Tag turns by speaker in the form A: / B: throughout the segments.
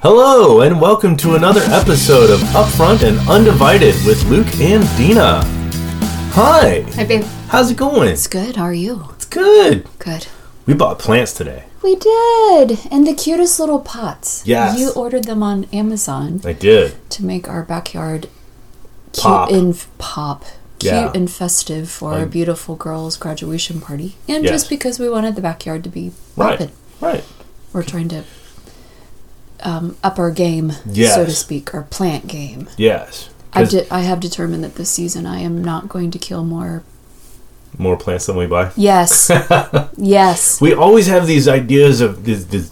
A: Hello, and welcome to another episode of Upfront and Undivided with Luke and Dina. Hi,
B: Hi, babe.
A: how's it going?
B: It's good. How are you?
A: It's good.
B: Good.
A: We bought plants today.
B: We did. And the cutest little pots.
A: Yes.
B: You ordered them on Amazon
A: I did.
B: to make our backyard cute
A: Pop.
B: and pop. Cute
A: Yeah.
B: and festive for our beautiful girl's graduation party. And
A: Yes.
B: just because we wanted the backyard to be
A: Right.
B: poppin'.
A: Right.
B: We're trying to um, up our game, so to
A: Yes.
B: speak, our plant game.
A: Yes.
B: I've
A: 'Cause
B: de- I have determined that this season I am not going to kill more.
A: more plants than we buy.
B: Yes. yes.
A: We always have these ideas of these, these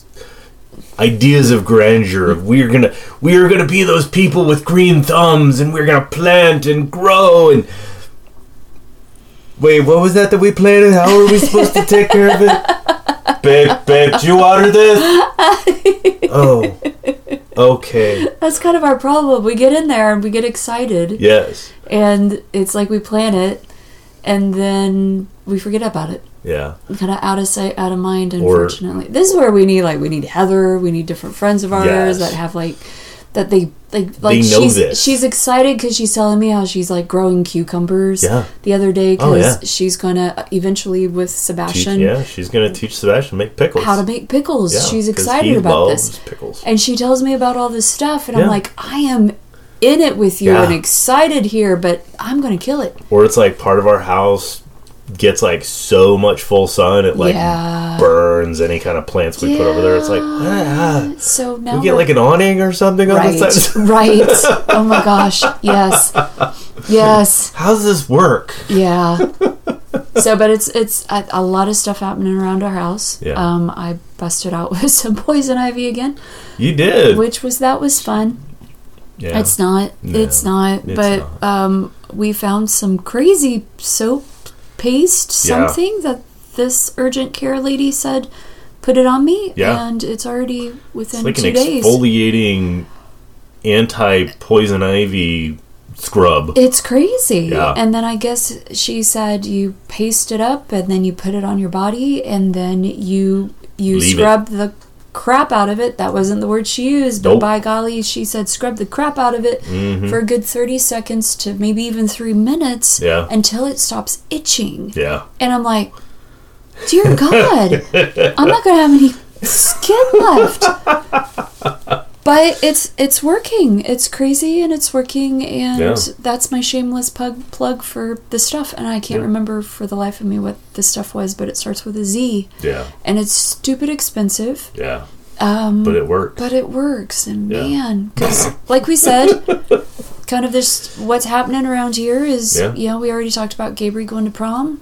A: ideas of grandeur of we're gonna we are gonna be those people with green thumbs and we're gonna plant and grow and wait what was that that we planted how are we supposed to take care of it babe babe do you water this oh okay
B: That's kind of our problem. We get in there and we get excited,
A: yes
B: and it's like we plan it, and then we forget about it.
A: yeah
B: Kind of out of sight, out of mind.
A: Or-
B: Unfortunately, this is where we need like we need Heather. We need different friends of ours
A: Yes.
B: that have like that they like like
A: know
B: she's
A: this.
B: she's excited because she's telling me how she's like growing cucumbers.
A: Yeah.
B: The other day
A: Oh,
B: because
A: yeah.
B: she's gonna uh, eventually with
A: Teach-
B: Sebastian
A: yeah she's gonna teach Sebastian to make pickles
B: how to make pickles.
A: Yeah,
B: she's
A: 'cause he
B: excited about
A: loves
B: this.
A: pickles
B: And she tells me about all this stuff, and
A: Yeah.
B: I'm like, I am in it with you
A: Yeah.
B: and excited here, but I'm gonna kill it.
A: or it's like part of our house gets like so much full sun it like
B: yeah.
A: burns any kind of plants we put over there. It's like ah,
B: So now
A: we get like an awning or something on
B: right,
A: the side.
B: right. Oh my gosh, yes, yes,
A: How does this work?
B: yeah. So, but it's it's a, a lot of stuff happening around our house.
A: Yeah.
B: Um, I busted out with some poison ivy again,
A: You did.
B: which was that was fun.
A: yeah.
B: It's not.
A: No,
B: it's not.
A: it's
B: but Um, we found some crazy soap paste
A: Yeah.
B: something that this urgent care lady said put it on me
A: Yeah.
B: and it's already within
A: It's like an
B: two days
A: exfoliating anti-poison ivy scrub.
B: it's crazy
A: Yeah.
B: and then i guess she said you paste it up and then you put it on your body and then you you
A: Leave it.
B: scrub the crap out of it that wasn't the word she used but
A: Nope.
B: by golly she said scrub the crap out of it
A: Mm-hmm.
B: for a good 30 seconds to maybe even three minutes
A: Yeah.
B: until it stops itching
A: yeah.
B: and i'm like dear god i'm not gonna have any skin left but it's it's working it's crazy and it's working and
A: Yeah.
B: that's my shameless pug plug for the stuff and i can't remember for the life of me what the stuff was but it starts with a z
A: Yeah.
B: and it's stupid expensive
A: Yeah. Um, but it worked.
B: Mm, but it works and
A: Yeah.
B: man because like we said kind of this what's happening around here is
A: Yeah.
B: you know we already talked about gabriel going to prom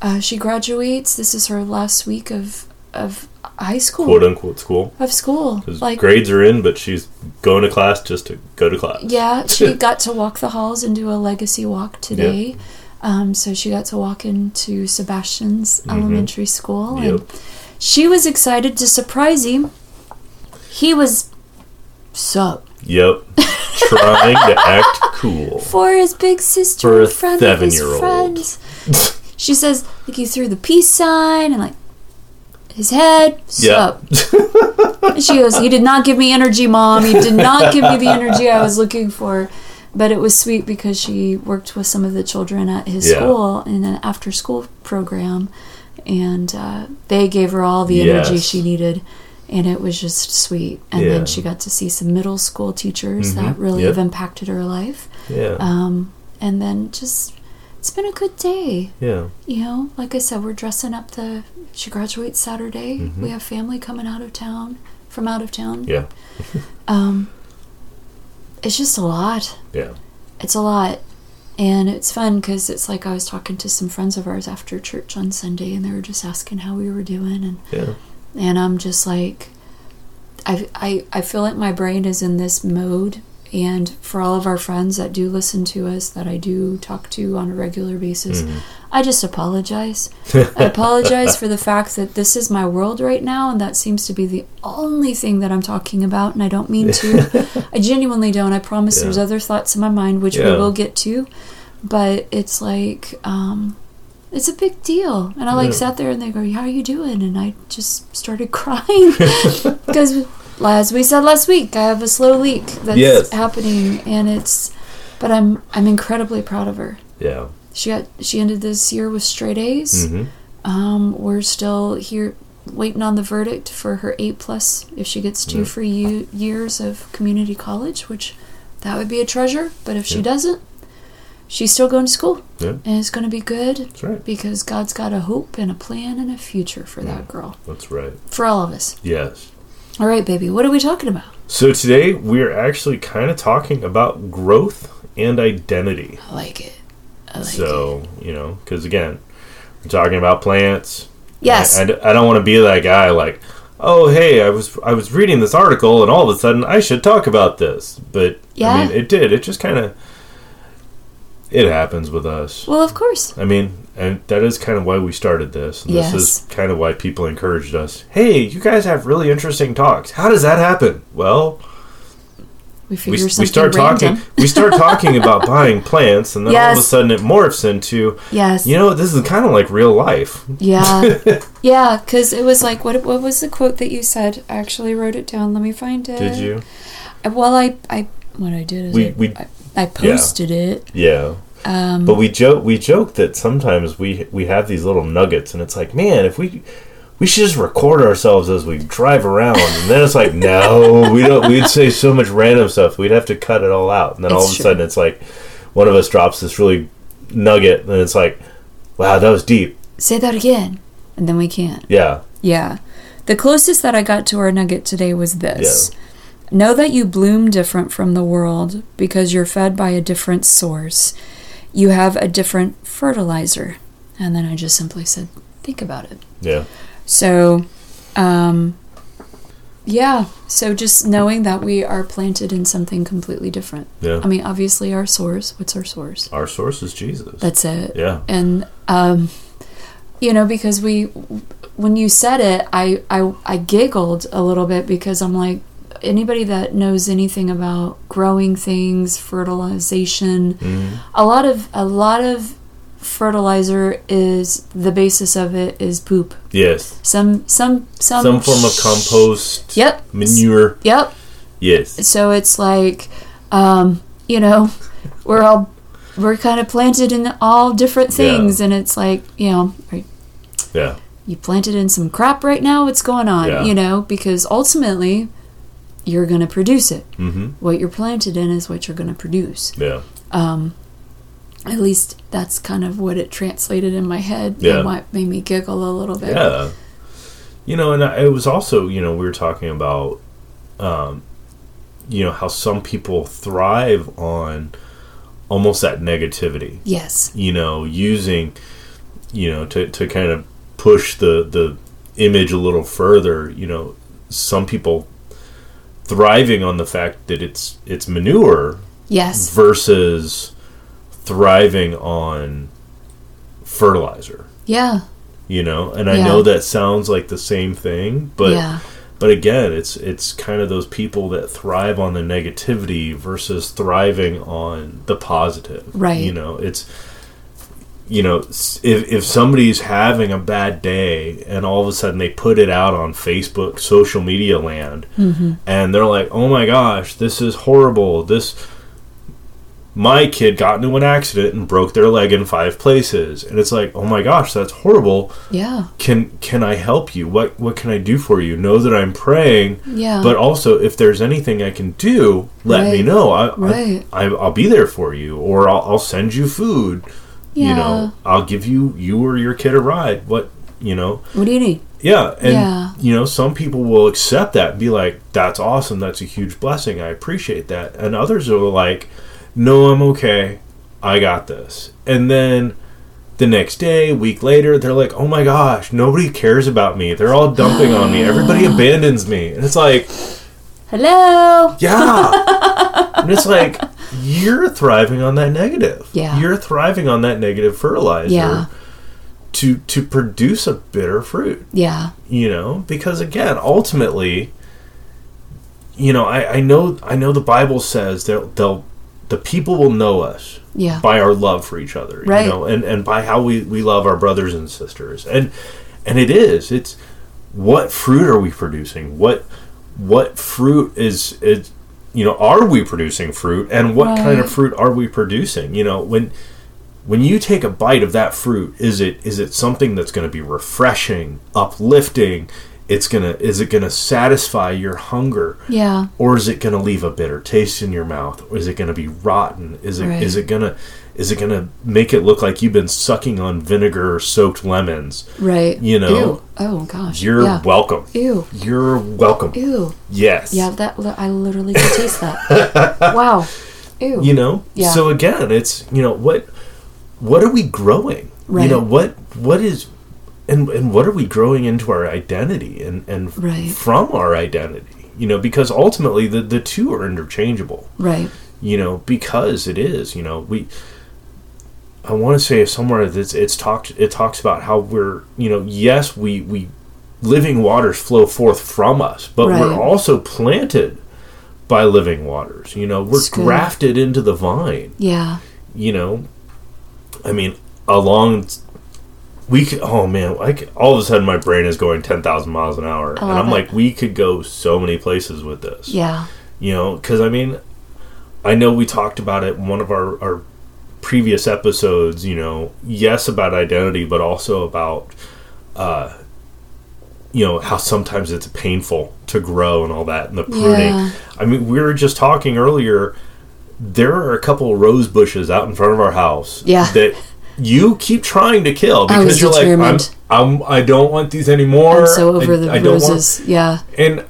B: uh, she graduates this is her last week of of high school
A: "Quote unquote school."
B: of school
A: 'Cause
B: like
A: grades are in, but she's going to class just to go to class.
B: yeah she got to walk the halls and do a legacy walk today um, so she got to walk into sebastian's elementary school and
A: Mm-hmm. Yep.
B: she was excited to surprise him he was so
A: Yep. Trying to act cool.
B: for his big sister
A: For
B: in
A: a
B: front of his
A: seven-year-old.
B: friends. she says, like he threw the peace sign and like his head.
A: Yeah.
B: Sup. And she goes, he did not give me energy, mom. He did not give me the energy I was looking for. But it was sweet because she worked with some of the children at his
A: Yeah.
B: school in an after school program. And uh, they gave her all the energy
A: Yes.
B: she needed. And it was just sweet. And
A: Yeah. Mm-hmm.
B: then she got to see some middle school teachers that really
A: Yep.
B: have impacted her life
A: Yeah.
B: um, and then just it's been a good day
A: yeah.
B: you know like i said we're dressing up the she graduates saturday we have family coming out of town from out of town
A: Yeah.
B: um, it's just a lot
A: Yeah.
B: it's a lot and it's fun because it's like i was talking to some friends of ours after church on sunday and they were just asking how we were doing and
A: Yeah.
B: and I'm just like, I, I, I feel like my brain is in this mode. And for all of our friends that do listen to us, that I do talk to on a regular basis,
A: Mm-hmm.
B: I just apologize. I apologize for the fact that this is my world right now, and that seems to be the only thing that I'm talking about, and I don't mean to. I genuinely don't. I promise there's
A: Yeah.
B: other thoughts in my mind, which we
A: Yeah.
B: will get to, but it's like, um, it's a big deal. And I like
A: Yeah.
B: sat there and they go, How are you doing? And I just started crying because as we said last week, I have a slow leak that's
A: Yes.
B: happening, and it's. But I'm I'm incredibly proud of her.
A: Yeah. Mm-hmm.
B: She got she ended this year with straight A's.
A: Hmm.
B: Um, we're still here waiting on the verdict for her eight plus if she gets two free u- years of community college, which that would be a treasure. But if she
A: Yeah.
B: doesn't, she's still going to school,
A: Yeah.
B: and it's going to be good
A: That's right.
B: because God's got a hope and a plan and a future for that girl,
A: That's right.
B: for all of us.
A: Yes.
B: All right, baby, what are we talking about?
A: So today we're actually kind of talking about growth and identity.
B: I like it. I like it.
A: So, you know, because again, we're talking about plants.
B: Yes.
A: I, I d- I don't want to be that guy like, oh, hey, I was I was reading this article and all of a sudden I should talk about this. But, I
B: Yeah.
A: mean, it did. It just kind of, it happens with us.
B: well, of course.
A: I mean, and that is kind of why we started this. And This
B: Yes.
A: is kind of why people encouraged us. Hey, you guys have really interesting talks. How does that happen? Well,
B: We
A: we,
B: figure
A: we
B: something
A: start
B: random.
A: talking. We start talking about buying plants, and then all of a
B: Yes.
A: sudden it morphs into,
B: Yes.
A: you know, this is kind of like real life.
B: Yeah. yeah, because it was like, what, what was the quote that you said? I actually wrote it down. Let me find it. Uh,
A: Did you?
B: Well, I, I what I did is
A: We-
B: I,
A: we-
B: I, I posted it.
A: Yeah.
B: Um,
A: But we joke we joke that sometimes we we have these little nuggets, and it's like, man, if we we should just record ourselves as we drive around, and then it's like, no, we don't. We'd say so much random stuff, we'd have to cut it all out, and then all of
B: It's
A: a
B: true.
A: sudden, it's like one of us drops this really nugget, and it's like, wow, that was deep.
B: say that again, and then we can't.
A: Yeah,
B: Yeah. The closest that I got to our nugget today was this. Know that you bloom different from the world because you're fed by a different source. You have a different fertilizer. And then I just simply said, think about it.
A: yeah,
B: So, um, yeah. So just knowing that we are planted in something completely different.
A: yeah.
B: I mean, obviously, our source. What's our source?
A: Our source is Jesus.
B: That's it
A: Yeah,
B: and um, you know because we when you said it I, I i giggled a little bit because i'm like anybody that knows anything about growing things fertilization
A: Mm-hmm.
B: a lot of a lot of fertilizer is the basis of it is poop
A: yes.
B: some some some
A: Some form of compost.
B: yep
A: Manure.
B: yep
A: Yes.
B: so it's like um, you know we're all we're kind of planted in all different things and it's like you know are
A: Yeah.
B: you planted in some crap right now what's going on
A: Yeah.
B: you know because ultimately you're going to produce it
A: Mm-hmm.
B: what you're planted in is what you're going to produce
A: Yeah.
B: at least that's kind of what it translated in my head
A: Yeah.
B: and what made me giggle a little bit
A: Yeah. You know, and I- it was also, you know, we were talking about, um, you know, how some people thrive on almost that negativity,
B: yes
A: you know, using, you know, to, to kind of push the, the image a little further, you know, some people thriving on the fact that it's, it's manure
B: yes
A: versus thriving on fertilizer
B: yeah
A: you know and i
B: Yeah.
A: know that sounds like the same thing but
B: yeah
A: but again it's it's kind of those people that thrive on the negativity versus thriving on the positive
B: Right.
A: you know it's you know s- if, if somebody's having a bad day and all of a sudden they put it out on facebook social media land
B: Mm-hmm.
A: and they're like oh my gosh this is horrible this my kid got into an accident and broke their leg in five places and it's like oh my gosh that's horrible
B: yeah
A: can can I help you? What what can I do for you? Know that I'm praying,
B: yeah
A: but also if there's anything I can do, let me
B: Right.
A: know. I,
B: Right.
A: I, I will be there for you, or I'll, I'll send you food.
B: yeah
A: You know, I'll give you you or your kid a ride. What you know?
B: what do you need
A: Yeah, and
B: Yeah.
A: you know some people will accept that and be like, "That's awesome. That's a huge blessing. I appreciate that." And others are like, "No, I'm okay. I got this." And then the next day, week later, they're like, "Oh my gosh, nobody cares about me. They're all dumping on me. Everybody abandons me." And it's like,
B: hello
A: "Yeah." and it's like, "You're thriving on that negative.
B: Yeah.
A: You're thriving on that negative fertilizer
B: Yeah.
A: to to produce a bitter fruit."
B: yeah
A: you know because again ultimately you know i, I know i know the bible says they'll, they'll the people will know us
B: yeah
A: by our love for each other
B: Right.
A: you know and and by how we we love our brothers and sisters and and it is it's what fruit are we producing what what fruit is it you know are we producing fruit and what kind
B: Right.
A: of fruit are we producing you know when when you take a bite of that fruit is it is it something that's going to be refreshing uplifting it's going to is it going to satisfy your hunger
B: Yeah.
A: or is it going to leave a bitter taste in your mouth or is it going to be rotten is it
B: Right.
A: is it going to is it going to make it look like you've been sucking on vinegar soaked lemons
B: Right.
A: You know,
B: Ew. Oh gosh.
A: you're
B: yeah.
A: welcome
B: Ew.
A: you're welcome
B: Ew.
A: yes
B: Yeah. That li- I literally could taste that. wow. Ew.
A: you know
B: Yeah.
A: so again it's you know what what are we growing you
B: Right.
A: know what what is and and what are we growing into our identity and and
B: Right.
A: from our identity you know because ultimately the the two are interchangeable
B: right.
A: you know because it is you know we i want to say somewhere that's it's talked it talks about how we're you know yes we we living waters flow forth from us but
B: Right.
A: we're also planted by living waters you know we're
B: It's good.
A: grafted into the vine
B: Yeah.
A: you know i mean along we could oh man I could, all of a sudden my brain is going 10,000 miles an hour and
B: love
A: i'm
B: it.
A: like we could go so many places with this
B: Yeah.
A: you know because i mean i know we talked about it in one of our, our previous episodes you know yes about identity but also about uh you know how sometimes it's painful to grow and all that and the pruning
B: Yeah.
A: i mean we were just talking earlier there are a couple rose bushes out in front of our house
B: Yeah.
A: that you keep trying to kill
B: I was
A: because you're like I'm,
B: determined.
A: I'm i don't want these anymore
B: I'm so over
A: I-
B: the
A: I don't want-"
B: roses. Yeah.
A: and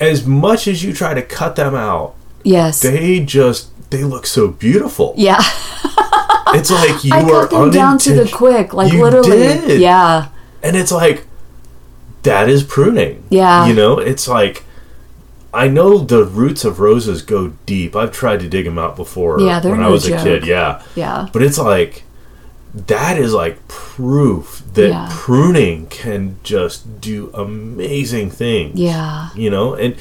A: as much as you try to cut them out
B: Yes.
A: they just they look so beautiful.
B: yeah.
A: It's like you
B: I
A: are
B: cut them down to the
A: uninten-
B: quick, like
A: You
B: literally.
A: did.
B: Yeah.
A: and it's like that is pruning.
B: Yeah.
A: you know, it's like I know the roots of roses go deep. I've tried to dig them out before.
B: Yeah, they're
A: when I
B: no
A: was
B: joke.
A: a kid. Yeah,
B: Yeah.
A: but it's like that is like proof that
B: Yeah.
A: pruning can just do amazing things.
B: Yeah.
A: you know and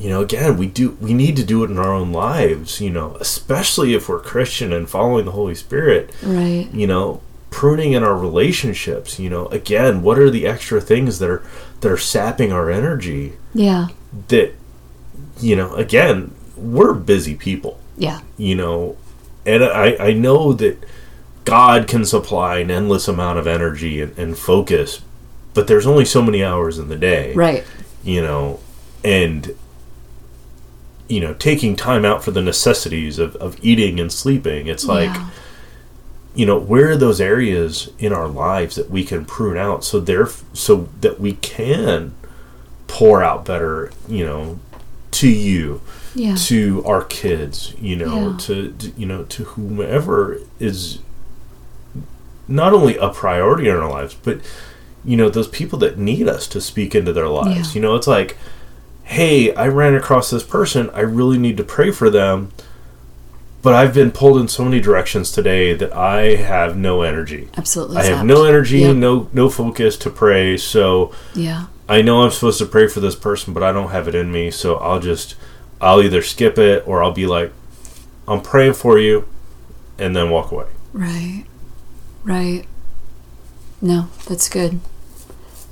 A: you know again we do we need to do it in our own lives you know especially if we're christian and following the holy spirit
B: Right.
A: you know pruning in our relationships you know again what are the extra things that are that are sapping our energy
B: Yeah.
A: that you know again we're busy people
B: Yeah.
A: you know and i i know that god can supply an endless amount of energy and, and focus but there's only so many hours in the day
B: Right.
A: you know, and you know, taking time out for the necessities of, of eating and sleeping. It's like,
B: Yeah.
A: you know, where are those areas in our lives that we can prune out so there so that we can pour out better, you know, to you,
B: Yeah.
A: to our kids, you know,
B: Yeah.
A: to, to you know, to whomever is not only a priority in our lives, but you know, those people that need us to speak into their lives.
B: Yeah.
A: You know, it's like, hey, I ran across this person, I really need to pray for them, but I've been pulled in so many directions today that I have no energy.
B: Absolutely.
A: I have
B: zapped.
A: no energy,
B: Yep.
A: no no focus to pray, so
B: Yeah.
A: I know I'm supposed to pray for this person, but I don't have it in me, so I'll just I'll either skip it or I'll be like, I'm praying for you and then walk away.
B: Right. Right. No, that's good.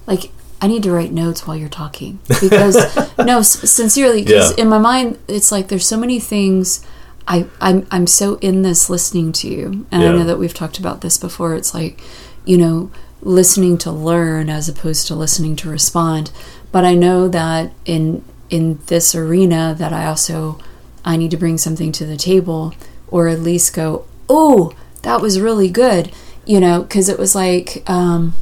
B: Like, I need to write notes while you're talking because, no, s- sincerely, because
A: Yeah.
B: in my mind, it's like there's so many things. I, I'm, I'm so in this listening to you. And I
A: Yeah.
B: know that we've talked about this before. It's like, you know, listening to learn as opposed to listening to respond. But I know that in in this arena that I also I need to bring something to the table or at least go, "Oh, that was really good." You know, cuz it was like um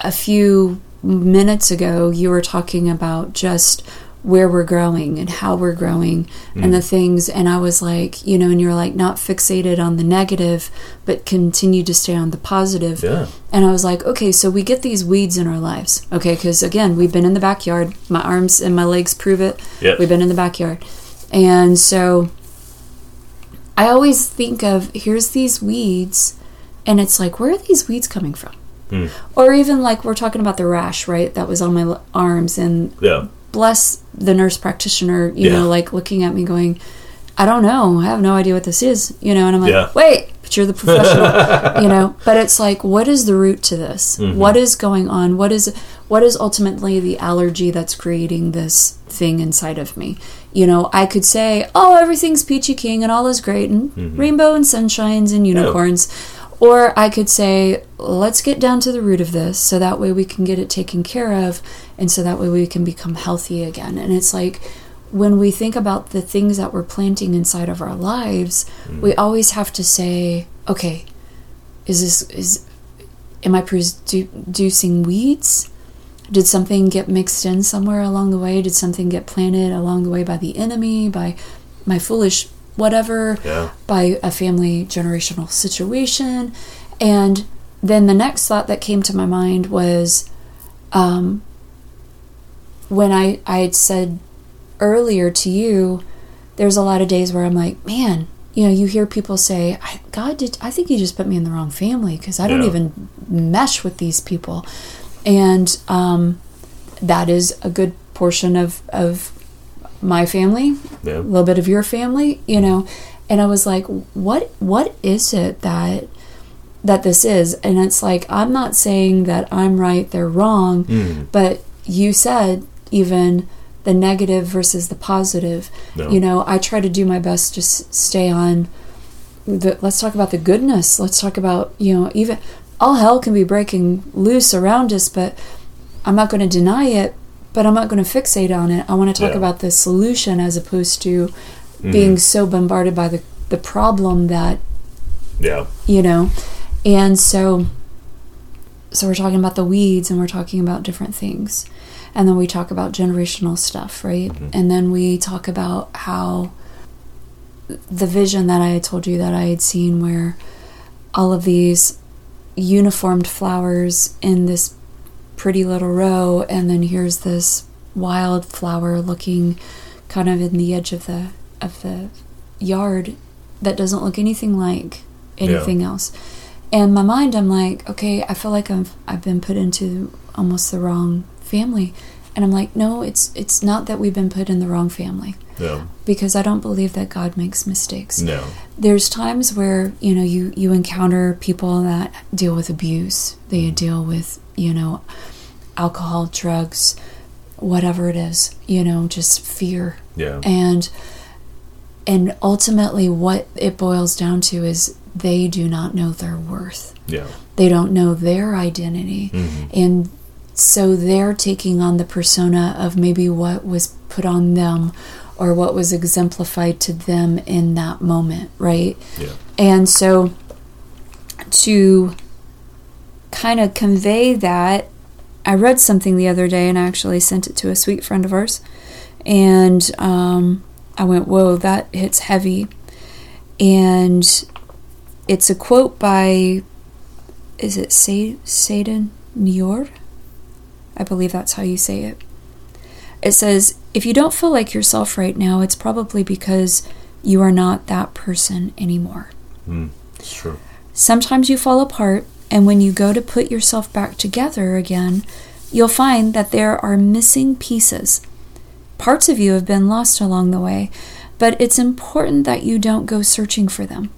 B: a few minutes ago you were talking about just where we're growing and how we're growing and the things and i was like you know and you're like not fixated on the negative but continue to stay on the positive
A: Yeah.
B: and i was like okay so we get these weeds in our lives okay because again we've been in the backyard my arms and my legs prove it
A: Yep.
B: we've been in the backyard and so i always think of here's these weeds and it's like where are these weeds coming from or even like we're talking about the rash right that was on my l- arms and
A: Yeah.
B: bless the nurse practitioner you
A: Yeah.
B: know like looking at me going i don't know i have no idea what this is you know and i'm like
A: Yeah.
B: wait put therapist, you're the professional, you know. But it's like, what is the root to this?
A: Mm-hmm.
B: What is going on? What is what is ultimately the allergy that's creating this thing inside of me? You know, I could say, oh, everything's peachy keen and all is great and
A: Mm-hmm.
B: rainbow and sunshines and unicorns. Or I could say, let's get down to the root of this so that way we can get it taken care of and so that way we can become healthy again. And it's like when we think about the things that we're planting inside of our lives, we always have to say, okay, is this is am I producing weeds? Did something get mixed in somewhere along the way? Did something get planted along the way by the enemy, by my foolish whatever,
A: Yeah.
B: by a family generational situation? And then the next thought that came to my mind was um, when I, I had said earlier to you, there's a lot of days where I'm like, man, you know, you hear people say, I, God, did I think you just put me in the wrong family because I don't
A: Yeah.
B: even mesh with these people, and um, that is a good portion of of my family,
A: Yeah.
B: a little bit of your family, you know, and I was like, what what is it that that this is? And it's like I'm not saying that I'm right, they're wrong,
A: Mm,
B: but you said even the negative versus the positive.
A: No.
B: You know, I try to do my best to s- stay on. The, let's talk about the goodness. Let's talk about you know even all hell can be breaking loose around us, but I'm not going to deny it. But I'm not going to fixate on it. I want to talk
A: Yeah. Mm-hmm.
B: about the solution as opposed to
A: Mm,
B: being so bombarded by the the problem that
A: Yeah.
B: you know and so so we're talking about the weeds and we're talking about different things and then we talk about generational stuff right and then we talk about how the vision that i had told you that i had seen where all of these uniformed flowers in this pretty little row and then here's this wild flower looking kind of in the edge of the of the yard that doesn't look anything like anything else and my mind i'm like okay i feel like i've i've been put into almost the wrong family and i'm like no it's it's not that we've been put in the wrong family
A: No.
B: because i don't believe that god makes mistakes
A: No.
B: there's times where you know you you encounter people that deal with abuse they deal with you know alcohol drugs whatever it is you know just fear
A: Yeah.
B: and and ultimately what it boils down to is they do not know their worth
A: Yeah. Mm-hmm,
B: they don't know their identity and so they're taking on the persona of maybe what was put on them or what was exemplified to them in that moment right
A: Yeah.
B: and so to kind of convey that, I read something the other day and I actually sent it to a sweet friend of ours. And um, I went, whoa, that hits heavy. And it's a quote by, is it Sa- Satan Nior? I believe that's how you say it. It says, if you don't feel like yourself right now, it's probably because you are not that person anymore.
A: It's true.
B: Sometimes you fall apart, and when you go to put yourself back together again, you'll find that there are missing pieces. Parts of you have been lost along the way, but it's important that you don't go searching for them.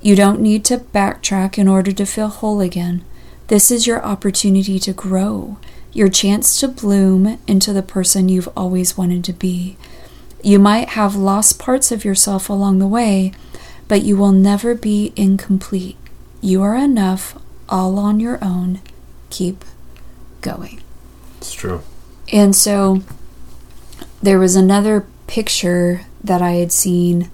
B: You don't need to backtrack in order to feel whole again. This is your opportunity to grow, your chance to bloom into the person you've always wanted to be. You might have lost parts of yourself along the way, but you will never be incomplete. You are enough all on your own. Keep going.
A: It's true.
B: And so there was another picture that I had seen,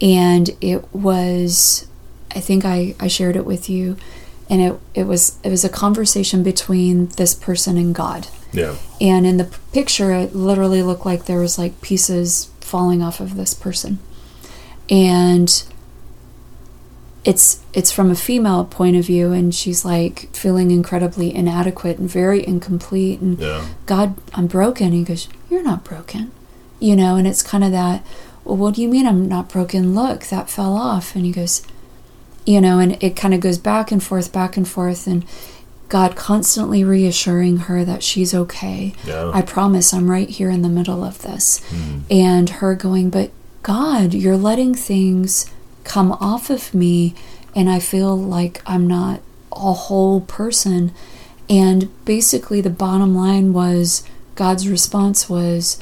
B: and it was, I think I, I shared it with you, and it, it was it was a conversation between this person and God
A: Yeah.
B: and in the p- picture it literally looked like there was like pieces falling off of this person and it's it's from a female point of view and she's like feeling incredibly inadequate and very incomplete and
A: Yeah.
B: god i'm broken he goes you're not broken you know and it's kind of that well what do you mean i'm not broken look that fell off and he goes you know and it kind of goes back and forth back and forth and god constantly reassuring her that she's okay
A: Yeah. Mm,
B: I promise I'm right here in the middle of this. And her going, But God, you're letting things come off of me and I feel like I'm not a whole person. And basically, the bottom line was God's response was,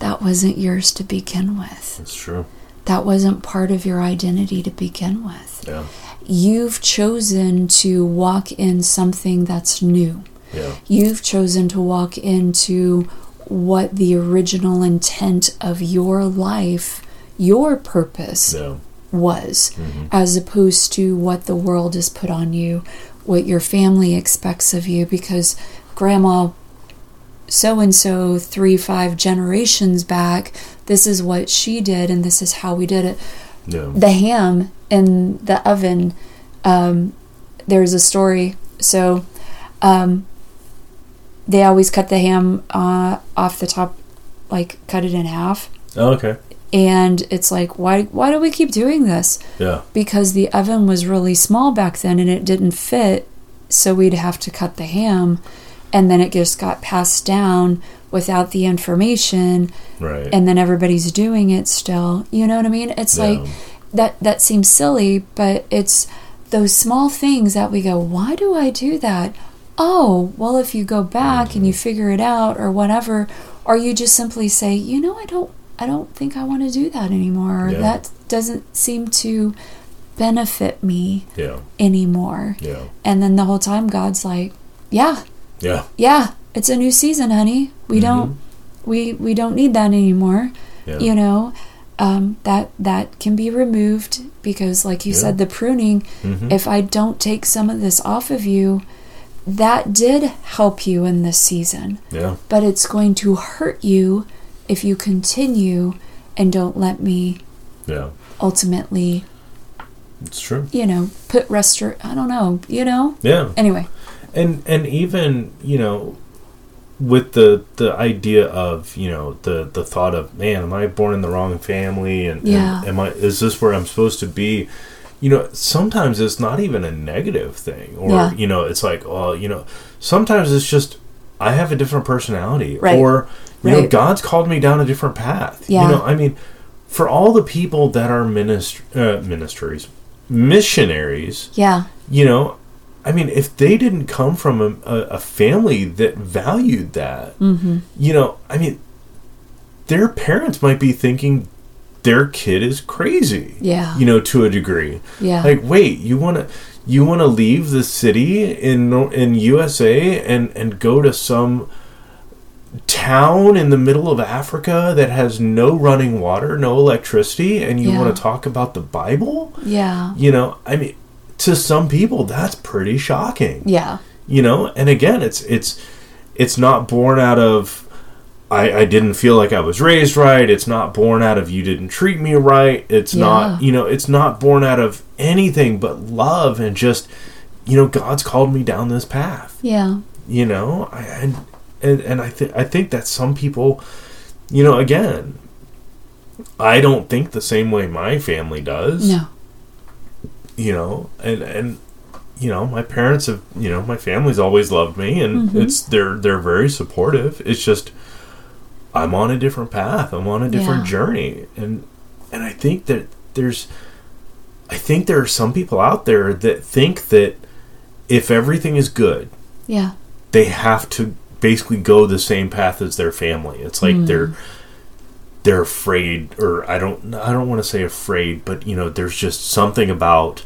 B: That wasn't yours to begin with.
A: That's true.
B: That wasn't part of your identity to begin with.
A: Yeah.
B: You've chosen to walk in something that's new.
A: Yeah.
B: You've chosen to walk into what the original intent of your life, your purpose
A: Yeah. Mm-hmm,
B: was, as opposed to what the world has put on you, what your family expects of you, because grandma so and so, three, five generations back, this is what she did and this is how we did it
A: Yeah.
B: the ham in the oven. Um, there's a story. So um, they always cut the ham uh, off the top, like cut it in half.
A: Oh, okay.
B: And it's like, why, why do we keep doing this?
A: Yeah.
B: Because the oven was really small back then and it didn't fit. So we'd have to cut the ham. And then it just got passed down without the information
A: Right.
B: and then everybody's doing it still. You know what I mean? It's
A: Yeah.
B: like that that seems silly, but it's those small things that we go, "Why do I do that?" Oh, well if you go back and you figure it out or whatever, or you just simply say, "You know, I don't I don't think I want to do that anymore. or
A: Yeah.
B: That doesn't seem to benefit me
A: yeah.
B: anymore."
A: Yeah.
B: And then the whole time God's like, "Yeah,
A: Yeah.
B: yeah, it's a new season, honey. We don't we we don't need that anymore."
A: Yeah.
B: you know um, that that can be removed because like you
A: Yeah.
B: said the pruning
A: Mm-hmm,
B: if i don't take some of this off of you that did help you in this season
A: Yeah.
B: but it's going to hurt you if you continue and don't let me
A: Yeah.
B: ultimately
A: It's true.
B: you know put restor i don't know you know
A: Yeah.
B: anyway
A: and and even you know with the the idea of you know the the thought of man am i born in the wrong family and, and
B: Yeah.
A: am i is this where i'm supposed to be you know sometimes it's not even a negative thing or
B: Yeah.
A: you know it's like oh you know sometimes it's just i have a different personality
B: Right.
A: or you know
B: Right.
A: god's called me down a different path
B: Yeah.
A: you know i mean for all the people that are minist- uh, ministries missionaries
B: yeah
A: you know, I mean, if they didn't come from a, a, a family that valued that,
B: Mm-hmm.
A: you know, I mean, their parents might be thinking their kid is crazy.
B: Yeah.
A: You know, to a degree.
B: Yeah.
A: Like, wait, you want to. You want to leave the city in Nor- in USA and, and go to some town in the middle of Africa that has no running water, no electricity, and you
B: Yeah.
A: want to talk about the Bible?
B: yeah
A: you know i mean to some people that's pretty shocking
B: yeah
A: you know and again it's it's it's not born out of I, I didn't feel like I was raised right. It's not born out of you didn't treat me right. It's not,
B: Yeah.
A: you know, it's not born out of anything but love and just, you know, God's called me down this path.
B: yeah
A: You know, I, and and, and I think I think that some people, you know, again, I don't think the same way my family does
B: no
A: you know, and and you know, my parents have, you know, my family's always loved me, and it's they're they're very supportive. It's just I'm on a different path. I'm on a different
B: Yeah.
A: journey, and and I think that there's, I think there are some people out there that think that if everything is good,
B: yeah
A: they have to basically go the same path as their family. It's like they're they're afraid or I don't I don't want to say afraid, but you know, there's just something about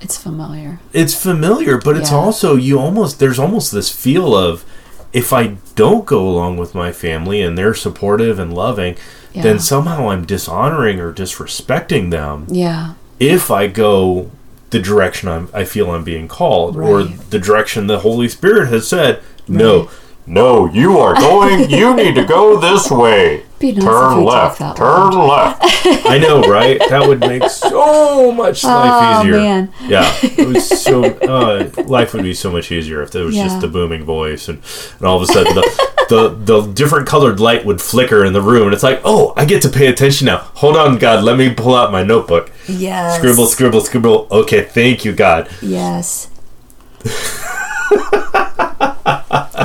B: it's familiar
A: it's familiar, but it's
B: Yeah.
A: also you almost there's almost this feel of if I don't go along with my family and they're supportive and loving,
B: Yeah.
A: then somehow I'm dishonoring or disrespecting them
B: yeah
A: if I go the direction I'm, I feel I'm being called or
B: Right.
A: the direction the Holy Spirit has said, no, no, you are going, you need to go this way.
B: be nice if
C: Turn
B: you
C: left.
B: talk that
C: Turn
B: loud.
C: left.
A: I know, right? That would make so much life
B: Oh,
A: easier.
B: man.
A: Yeah, it was so uh, life would be so much easier if there was
B: Yeah.
A: just the booming voice and, and all of a sudden the, the the different colored light would flicker in the room and it's like, oh, I get to pay attention now. Hold on, God, let me pull out my notebook.
B: yes
A: Scribble, scribble, scribble. Okay, thank you, God.
B: Yes.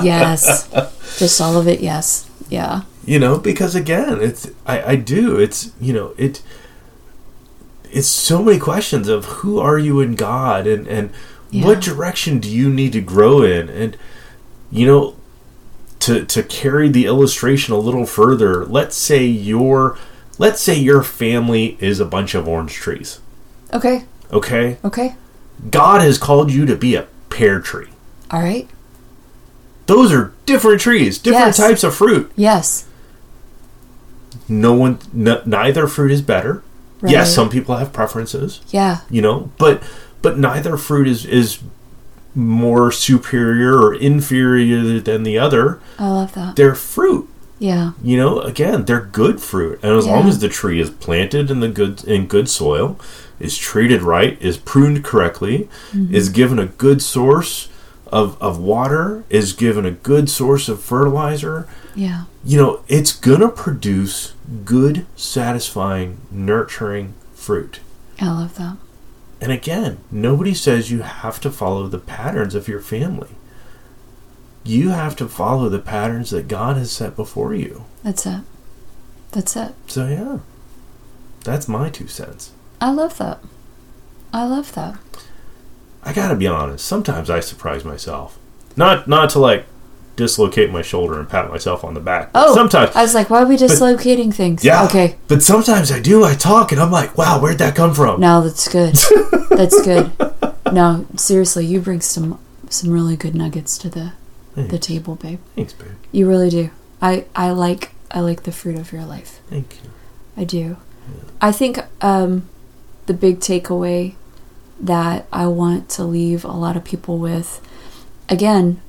B: yes. Just all of it, yes. Yeah.
A: you know because again it's i i do it's you know it it's so many questions of who are you in God and and
B: Yeah.
A: what direction do you need to grow in and you know to to carry the illustration a little further let's say your let's say your family is a bunch of orange trees
B: Okay.
A: okay
B: Okay.
A: God has called you to be a pear tree
B: All right.
A: those are different trees different
B: Yes.
A: types of fruit
B: Yes.
A: no one n- neither fruit is better
B: Right.
A: yes some people have preferences
B: Yeah.
A: you know but but neither fruit is is more superior or inferior than the other
B: I love that.
A: they're fruit
B: Yeah.
A: you know again they're good fruit and as long
B: Yeah.
A: as the tree is planted in the good in good soil is treated right is pruned correctly
B: Mm-hmm.
A: is given a good source of, of water is given a good source of fertilizer
B: Yeah.
A: you know it's gonna produce good satisfying nurturing fruit
B: I love that.
A: and again, nobody says you have to follow the patterns of your family. You have to follow the patterns that God has set before you.
B: That's it. That's it.
A: So, yeah, that's my two cents.
B: I love that. I love that.
A: I gotta be honest, sometimes I surprise myself. Not, not to like dislocate my shoulder and pat myself on the back. but
B: Oh,
A: sometimes.
B: I was like, why are we dislocating things?
A: yeah.
B: Okay.
A: But sometimes I do. I talk and I'm like, wow, where'd that come from?
B: No, that's good. that's good. No, seriously, you bring some some really good nuggets to the the
A: Thanks.
B: table, babe.
A: Thanks, babe.
B: You really do. I I like I like the fruit of your life.
A: Thank you.
B: I do. I think um, the big takeaway that I want to leave a lot of people with again,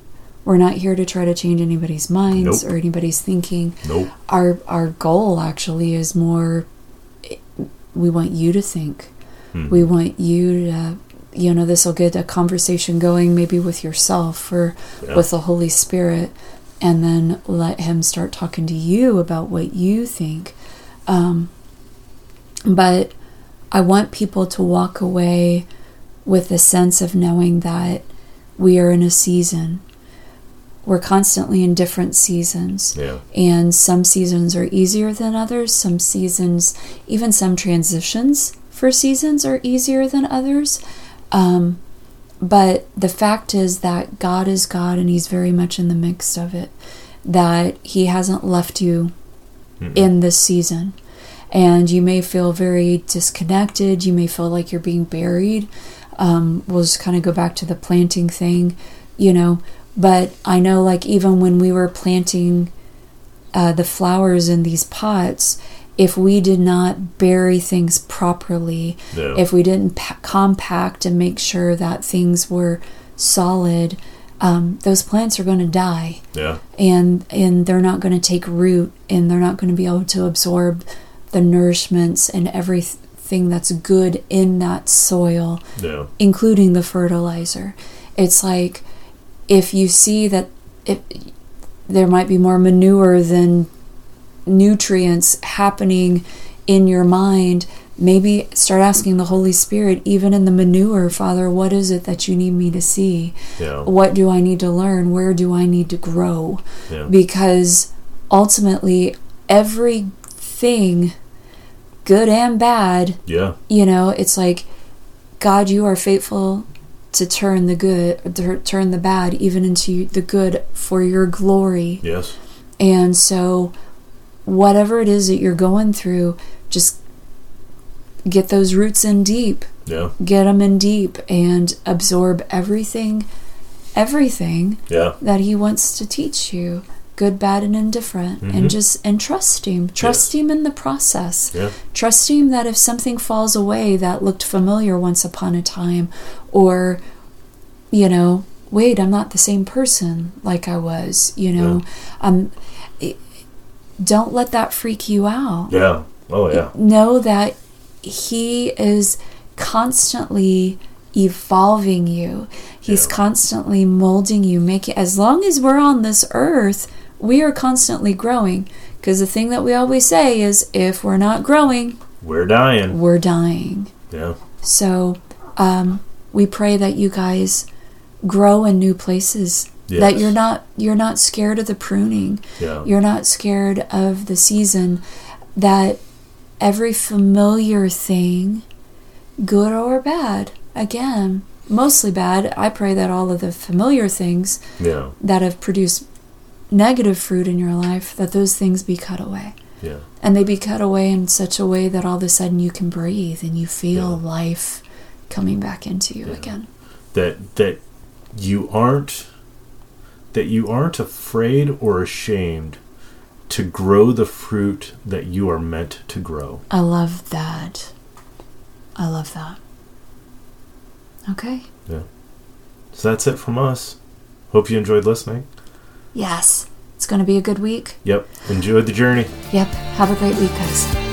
B: we're not here to try to change anybody's minds
A: Nope.
B: or anybody's thinking.
A: Nope.
B: Our our goal actually is more we want you to think.
A: Hmm. Mm.
B: We want you to you know this will get a conversation going maybe with yourself or
A: Yeah.
B: with the Holy Spirit and then let him start talking to you about what you think. Um, but I want people to walk away with a sense of knowing that we are in a season. We're constantly in different seasons.
A: Yeah.
B: And some seasons are easier than others. Some seasons, even some transitions for seasons, are easier than others. Um, but the fact is that God is God and He's very much in the mix of it, that He hasn't left you in this season. And you may feel very disconnected. You may feel like you're being buried. Um, we'll just kind of go back to the planting thing, you know. But I know, like, even when we were planting uh, the flowers in these pots, if we did not bury things properly,
A: No.
B: if we didn't pa- compact and make sure that things were solid, um, those plants are going to die
A: Yeah.
B: and and they're not going to take root and they're not going to be able to absorb the nourishments and everything that's good in that soil
A: No.
B: including the fertilizer. It's like if you see that it, there might be more manure than nutrients happening in your mind, maybe start asking the Holy Spirit, even in the manure, Father, what is it that you need me to see?
A: Yeah.
B: What do I need to learn? Where do I need to grow?
A: Yeah.
B: because ultimately everything good and bad
A: Yeah.
B: you know it's like god you are faithful to turn the good to turn the bad even into the good for your glory
A: Yes.
B: and so whatever it is that you're going through just get those roots in deep
A: Yeah.
B: get them in deep and absorb everything everything
A: Yeah.
B: that he wants to teach you good bad and indifferent and just and trust him trust him in the process
A: Yeah.
B: trust him that if something falls away that looked familiar once upon a time or you know wait i'm not the same person like i was you know um it- don't let that freak you out
A: Yeah. Oh, yeah.
B: know that he is constantly evolving you. He's
A: Yeah.
B: constantly molding you, making as long as we're on this earth, we are constantly growing. Because the thing that we always say is if we're not growing,
A: We're dying.
B: we're dying.
A: Yeah.
B: So um, we pray that you guys grow in new places.
A: Yes.
B: That you're not you're not scared of the pruning
A: Yeah.
B: you're not scared of the season, that every familiar thing good or bad. Again, mostly bad. I pray that all of the familiar things
A: Yeah.
B: that have produced negative fruit in your life, that those things be cut away.
A: Yeah.
B: And they be cut away in such a way that all of a sudden you can breathe and you feel
A: Yeah.
B: life coming back into you
A: Yeah.
B: again.
A: That that you aren't that you aren't afraid or ashamed to grow the fruit that you are meant to grow.
B: I love that. I love that. Okay.
A: So that's it from us. Hope you enjoyed listening.
B: Yes. It's going to be a good week.
A: Yep. Enjoyed the journey.
B: Yep. Have a great week, guys.